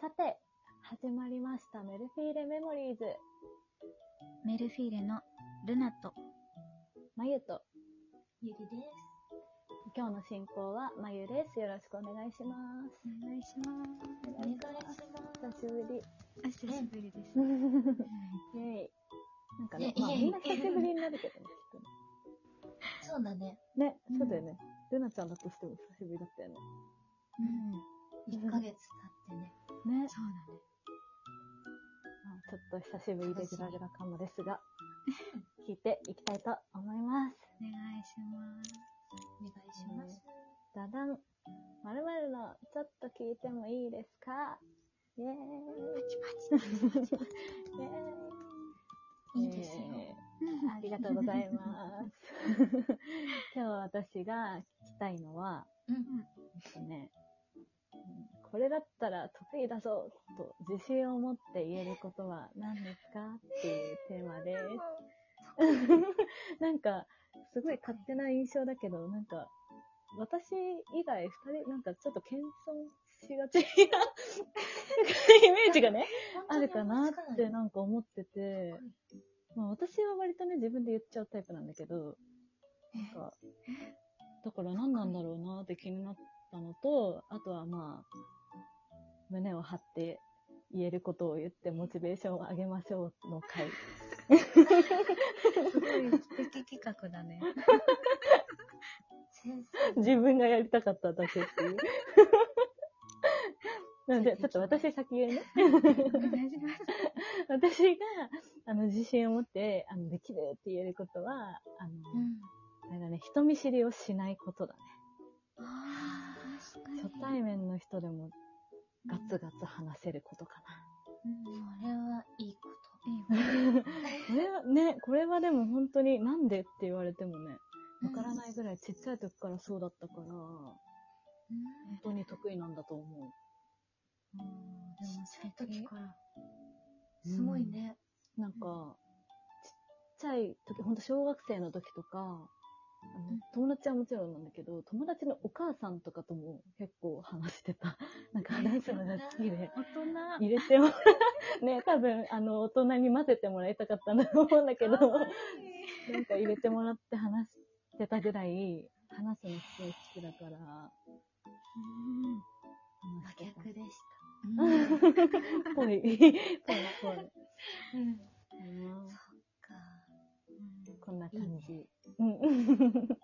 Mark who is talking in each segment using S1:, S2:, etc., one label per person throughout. S1: さて、始まりましたメルフィーレメモリーズ。
S2: メルフィーレのルナと
S1: まゆと、
S3: ゆりです。
S1: 今日の進行はまゆです。よろしくお願いします。
S2: お願いします。
S3: お願いします。
S1: 久しぶり。
S2: あ、久しぶりです。
S1: イェイ。 なんかね
S3: ね、
S1: まあ、
S3: イェイ
S1: みんな久しぶりになるけどね、きっと
S3: そうだね。
S1: ね。ね、そうだよね。ルナちゃんだとしても久しぶりだったよね。
S2: うん。
S3: 1ヶ月経ってね。
S1: ね。
S2: そうだね。
S1: まあちょっと久しぶりでグラグラかもですが、聞いていきたいと思います。
S2: お願いします。
S3: お願いします。
S1: ダダン。まるまるの、ちょっと聞いてもいいですかイェーイ。
S2: パチパチ。
S1: イェーイ。
S3: いいですよ。
S1: えーありがとうございます。 今日私が聞きたいのは、
S3: うん。
S1: えっとね、うんこれだったら得意だぞと自信を持って言えることは何ですかっていうテーマです。なんか、すごい勝手な印象だけど、なんか、私以外二人、なんかちょっと謙遜しがちな イメージがね、あるかなってなんか思ってて、まあ私は割とね、自分で言っちゃうタイプなんだけど、なんか、だから何なんだろうなって気になったのと、あとはまあ、胸を張って言えることを言ってモチベーションを上げましょうの 回。
S2: すごい素敵企画だね。
S3: 先生。
S1: 自分がやりたかっただけって いう。なので、ちょっと私先言うね。
S2: お願いします。
S1: 私が、あの、自信を持って、あの、できるって言えることは、あの、
S3: うん。
S1: あれだね、人見知りをしないことだね。
S2: ああ、確かに。
S1: 初対面の人でもガツガツ話せることか
S2: うん
S3: これはいいこ
S2: いいわ
S1: な。これはね、これはでも本当になんでって言われてもね、
S3: と。
S1: わからないぐらいちっちゃい時からそうだったから、本
S3: うん。
S1: 当に得意なんだと思
S2: うん
S3: でも、そういう時から。
S1: う。
S3: すごいね。
S1: うん。なんか、ちっちゃい時、本当小学生の時とか、あの
S3: うん
S1: 友達はもちろんなんだけど、友達のお母さんとかとも結構話してた。なんか話すのが好きで。
S2: 大人。
S1: 入れても、 ね、多分、あの、大人に混ぜてもらいたかったんだと思うんだけど、なんか入れてもらって話してたぐらい、話すのすごい好きだから、
S2: うん
S1: 話して
S3: 真
S1: た。
S3: 逆でし
S2: うん
S1: ぽい。ぽい、ぽい。
S3: た。うん。
S1: うん
S3: か。
S1: こんな感じ。
S3: い
S1: うん。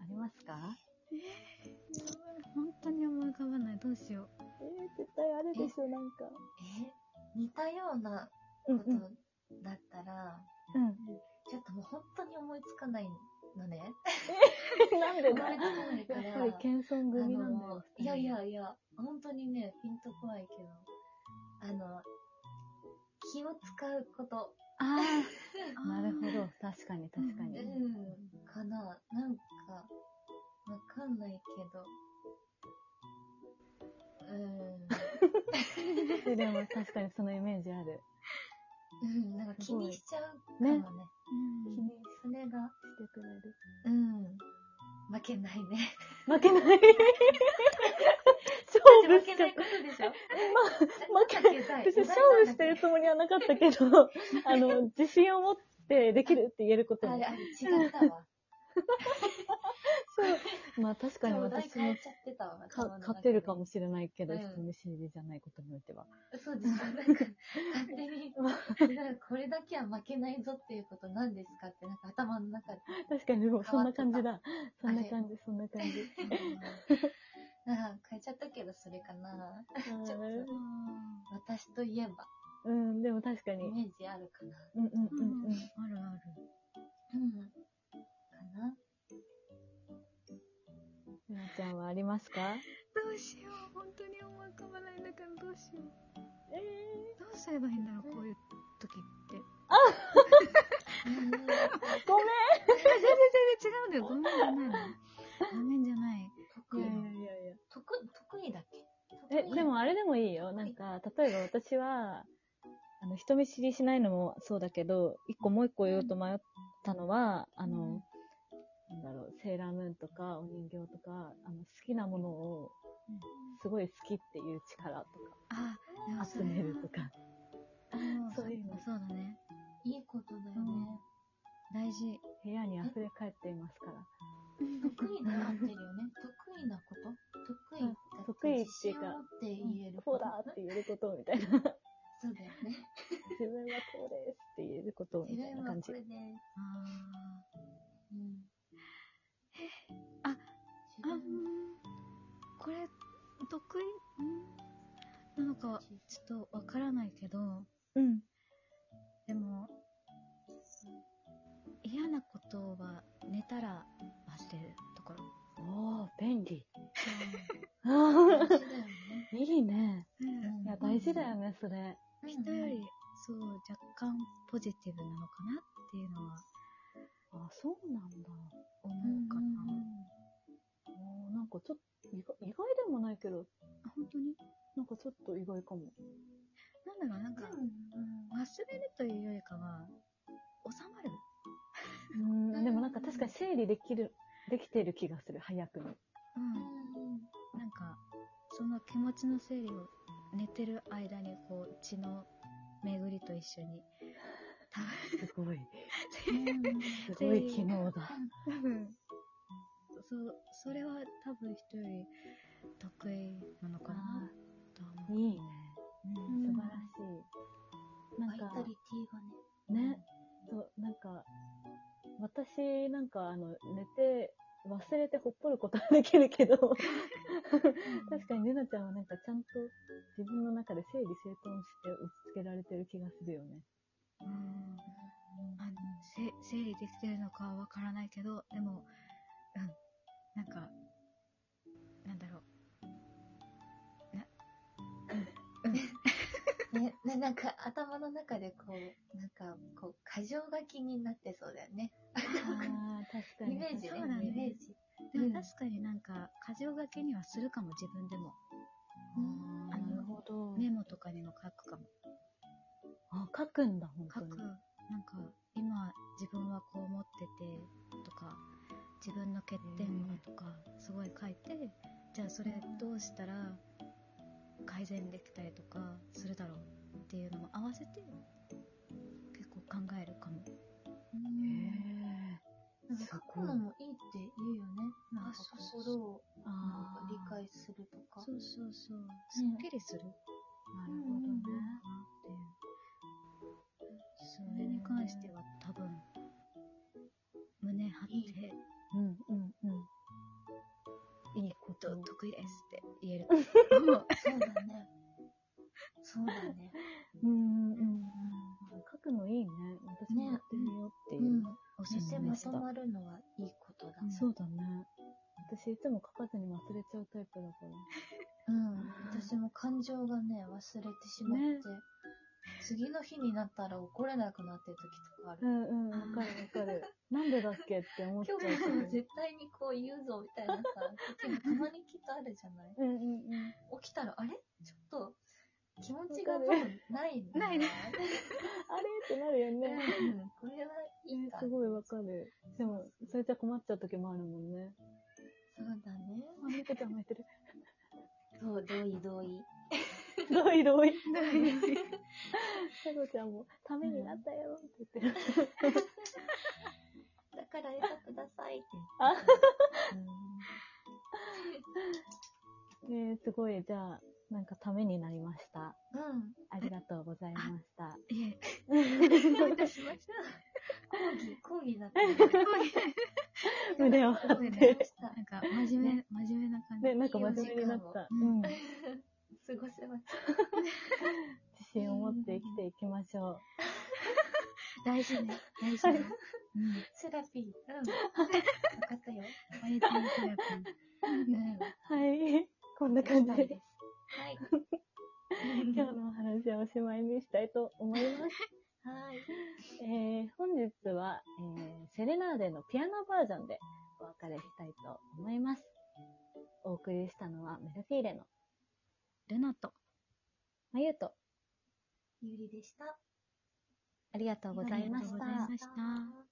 S1: ありますか
S2: 本当に思い浮かばない。どうしよう。
S1: え絶対ある
S3: で
S1: ょ、なんか。
S3: え似たようなこ
S1: うん、うん。
S3: とだったら、
S1: うん。
S3: ちょっともう本当に思いつかないのね。
S1: なんで
S3: 生ま
S1: だ
S3: れてこないか
S1: や
S3: ら
S1: っぱり謙遜
S3: あ
S1: 組なん
S3: の
S1: だよ。
S3: いやい。やいや、本当にね、ピンとこないけど、あの、気を使うこと、
S1: ああ、 なるほど。確かに、確か
S3: う
S1: に。
S3: ん、かな、なんか、わかんないけど、うん、
S1: でも確かにそのイメージある。
S3: うん、なんか気にしちゃうかもね。
S1: ね
S2: うん
S3: 気にそれが、
S1: してくれる。
S3: うん、負けないね。
S1: 負け ない。
S3: 負
S1: 勝負し
S3: け
S1: ちゃ
S3: な
S1: っ
S3: いことでしょ
S1: た。負け、
S3: けな
S1: 別に勝負してるつもりはなかった けど、あの、自信を持ってできるって言えること
S3: あ
S1: も
S3: れ、。あれ、違ったわ。
S1: そう。まあ確かに
S3: お題
S1: 私
S3: 変え
S1: も
S3: ちゃってたわ。
S1: か
S3: 頭の中で
S1: 勝てるかもしれないけど、
S3: うん
S1: 人見知りじゃないことにおいては。
S3: そう ですよ。なんか、勝手に、なんかこれだけは負けないぞっていうことなんですかって、なんか頭の中で。
S1: 確かにでもそんな感じ
S3: 変
S1: だ。そんな感じ、そんな感じ。
S3: なんか変えちゃったけど、それかな。 ちょっと
S2: あ
S3: 私といえば、
S1: うん、でも確か
S3: イ
S1: に。
S3: メージあるかな。
S1: うんうんうんうん。
S2: ーあるある。
S3: うん。かな。
S1: ゆなちゃんはありますか
S2: どうしよう。本当に思い浮かばないんだからどうしよう。
S1: え
S2: どうすればいいんだろう、こういう時って。
S1: ー、ごめん
S2: 全然全然違うんだよ。ごめんじゃないの。ごめんじゃない。
S3: 得意
S1: いやい
S3: な。
S1: やいやいや。
S3: 得、得意だっけ
S1: え、
S3: 得意
S1: でもあれでもいいよ。なんか、例えば私は、あの、人見知りしないのもそうだけど、一個もう一個言おうと迷ったのは、あの、なんだろう、セーラームーンとかお人形とか、あの、好きなものをすごい好きっていう力とか、
S2: あ、でもそ
S1: 集
S2: れ
S1: めるとか。
S2: あ
S1: そういうの
S2: そうだね。
S3: いいことだよね。
S2: 大事。
S1: 部屋に溢れ返っていますから。
S3: 得意な合ってるよね。得意なこと得意だ
S1: あ
S3: って
S1: 得意
S3: 自信を持って言える
S1: こ
S3: こ
S1: う
S3: と。
S1: だって言えることみ たいな。
S3: そうだよね。
S1: 自分はこうですって言えることみ
S3: 自
S1: たいな
S3: 分は
S1: 感
S3: こ
S1: じ
S3: れ。です。
S2: あ
S3: うん。自
S2: あーあ、う
S3: 分
S2: ん
S3: は、
S2: これ、得意んなのか、ちょっとわからないけど、
S1: うん。
S2: でも、嫌なことは寝たら忘れるところ。
S1: おー、便利。
S3: 大事だよね。
S1: いいね。
S3: うん
S1: いや、大事だよね、それ。
S2: 人より、そう、若干ポジティブなのかなっていうのは
S1: あ、そうなんだ。
S2: 思
S3: うんうん
S2: うかな。
S1: おーなんかちょっと、意外意外でもないけど、
S2: あ、本当に
S1: なんかちょっと意外かも。
S2: なんだろう、なんか、
S3: う
S2: 忘
S3: んうん
S2: れるというよりかは、収まる。
S1: うん、でもなんか確かに整理できる、できてる気がする、早くに。
S2: うん。なんか、その気持ちの整理を寝てる間に、こう、血の巡りと一緒に、
S1: すご い。
S3: うんうん
S1: すごい機能だ。
S2: 多分、そ、それは多分人より得意なのかなとは思う。
S1: いいね。
S2: うん
S1: 素
S3: うん
S1: 晴らしい。な
S3: バ
S1: ん
S3: イタ
S1: か、
S3: リティがね。
S1: ね、そう、なんか、私なんかあの、寝て、忘れてほっぽることはできる けど、確かにねなちゃんはなんかちゃんと自分の中で整理整頓して落ち着けられてる気がするよね。
S2: うんあのせ整理できてるのかはわからないけどでもうんなんかなんだろ
S3: ね、ねなんか頭の中でこう、なんかこう、過剰書きになってそうだよね。
S1: ああ、
S3: イ
S1: 確かに。
S3: メージね
S2: そうだ、ね
S3: イメージ。
S2: うで
S3: うん
S2: も確かになんか箇条書きにはするかも自分でも
S1: あーなるほど。
S2: メモとかにも書くかも
S1: あ、書くんだ、本
S2: 書
S1: 当に。
S2: くなんか今自分はこう思っててとか自分の欠点はとかすごい書いてじゃあそれどうしたら改善できたりとかするだろうっていうのも合わせて結構考えるかも
S3: うん
S1: へ
S3: なんか書くのもいいって言うよね。なんか
S2: そうそうそう
S3: 心を
S1: ー
S3: なんか
S1: あ
S3: 理
S1: ー
S3: 解するとか。
S2: そうそうそう。すっきりする。
S1: なるほどね。
S2: それに関しては多分、胸張って、
S1: うんうんうん。いいこ
S2: と
S1: と。
S2: 得意ですって言えると思う。
S3: そうだね。そうだね。
S1: うんうんうん。書くのいいね。私も
S3: ね
S1: やってみようっていうう。
S3: ん。
S2: おす
S3: そし
S2: す
S3: て
S2: め
S3: ま
S2: でし
S3: と
S2: た。
S3: まるのはいいことだ。
S1: そうだね。私いつも書かずに忘れちゃうタイプだから。
S3: うん。私も感情がね、忘れてしまって、
S1: ね
S3: 次の日になったら怒れなくなってる時とかあ
S1: う
S3: る。
S1: んうん、わかるわかる。 なんでだっけって思っちゃ
S3: 今
S1: う
S3: 日
S1: けど。
S3: も絶対にこう言うぞみたいなさ、時もたまにきっとあるじゃない
S1: うんうんうん。
S3: 起きたら、あれちょっと、気持ちが多分ないんだ。
S2: ないね
S1: あれってなるよ
S3: う
S1: ね。
S3: ん、これはいいんだ。
S1: す
S3: そう
S1: ごいわかる。でも、それじゃ困っちゃう時もあるもんね。
S3: だね。
S1: あ、みこちゃん泣いてる。
S3: そう、同意同意。
S1: どい どい。さこちゃんも、ためになったよって言ってる。
S3: だから餌くださいって言
S1: あ
S3: って。
S1: ね えすごい、じゃあ、なんかためになりました。
S3: うん。うん。
S1: ありがとうございま した。
S2: いえ、
S3: どういたしました。講義、講義だった。
S1: 胸を張っ
S2: そ
S1: て
S2: うね。
S3: した
S2: なんか、真面目、真面目な感じ。
S1: ね、なんか真面目になった。
S2: いいよ
S1: うん。
S3: 過ごせました。
S1: 自信を持って生きていきましょ
S2: 大事ね。大事ね。 うん。
S3: セラピー。うん。よかったよ。
S2: バイタリティやっぱ
S3: うん。
S1: う。はい。 こんな感じ
S3: はい
S1: で、。今
S3: 今
S1: 日のお話はおしまいにしたいと思います。
S3: はい。
S1: えー本日は、えーセレナーデのピアノバージョンでお別れしたいと思います。お送りしたのはメルフィーレの
S2: ルナと、
S1: まゆと
S3: ゆりでした。
S1: ありがとうございまし
S2: ありがとうござい
S1: た
S2: ま。した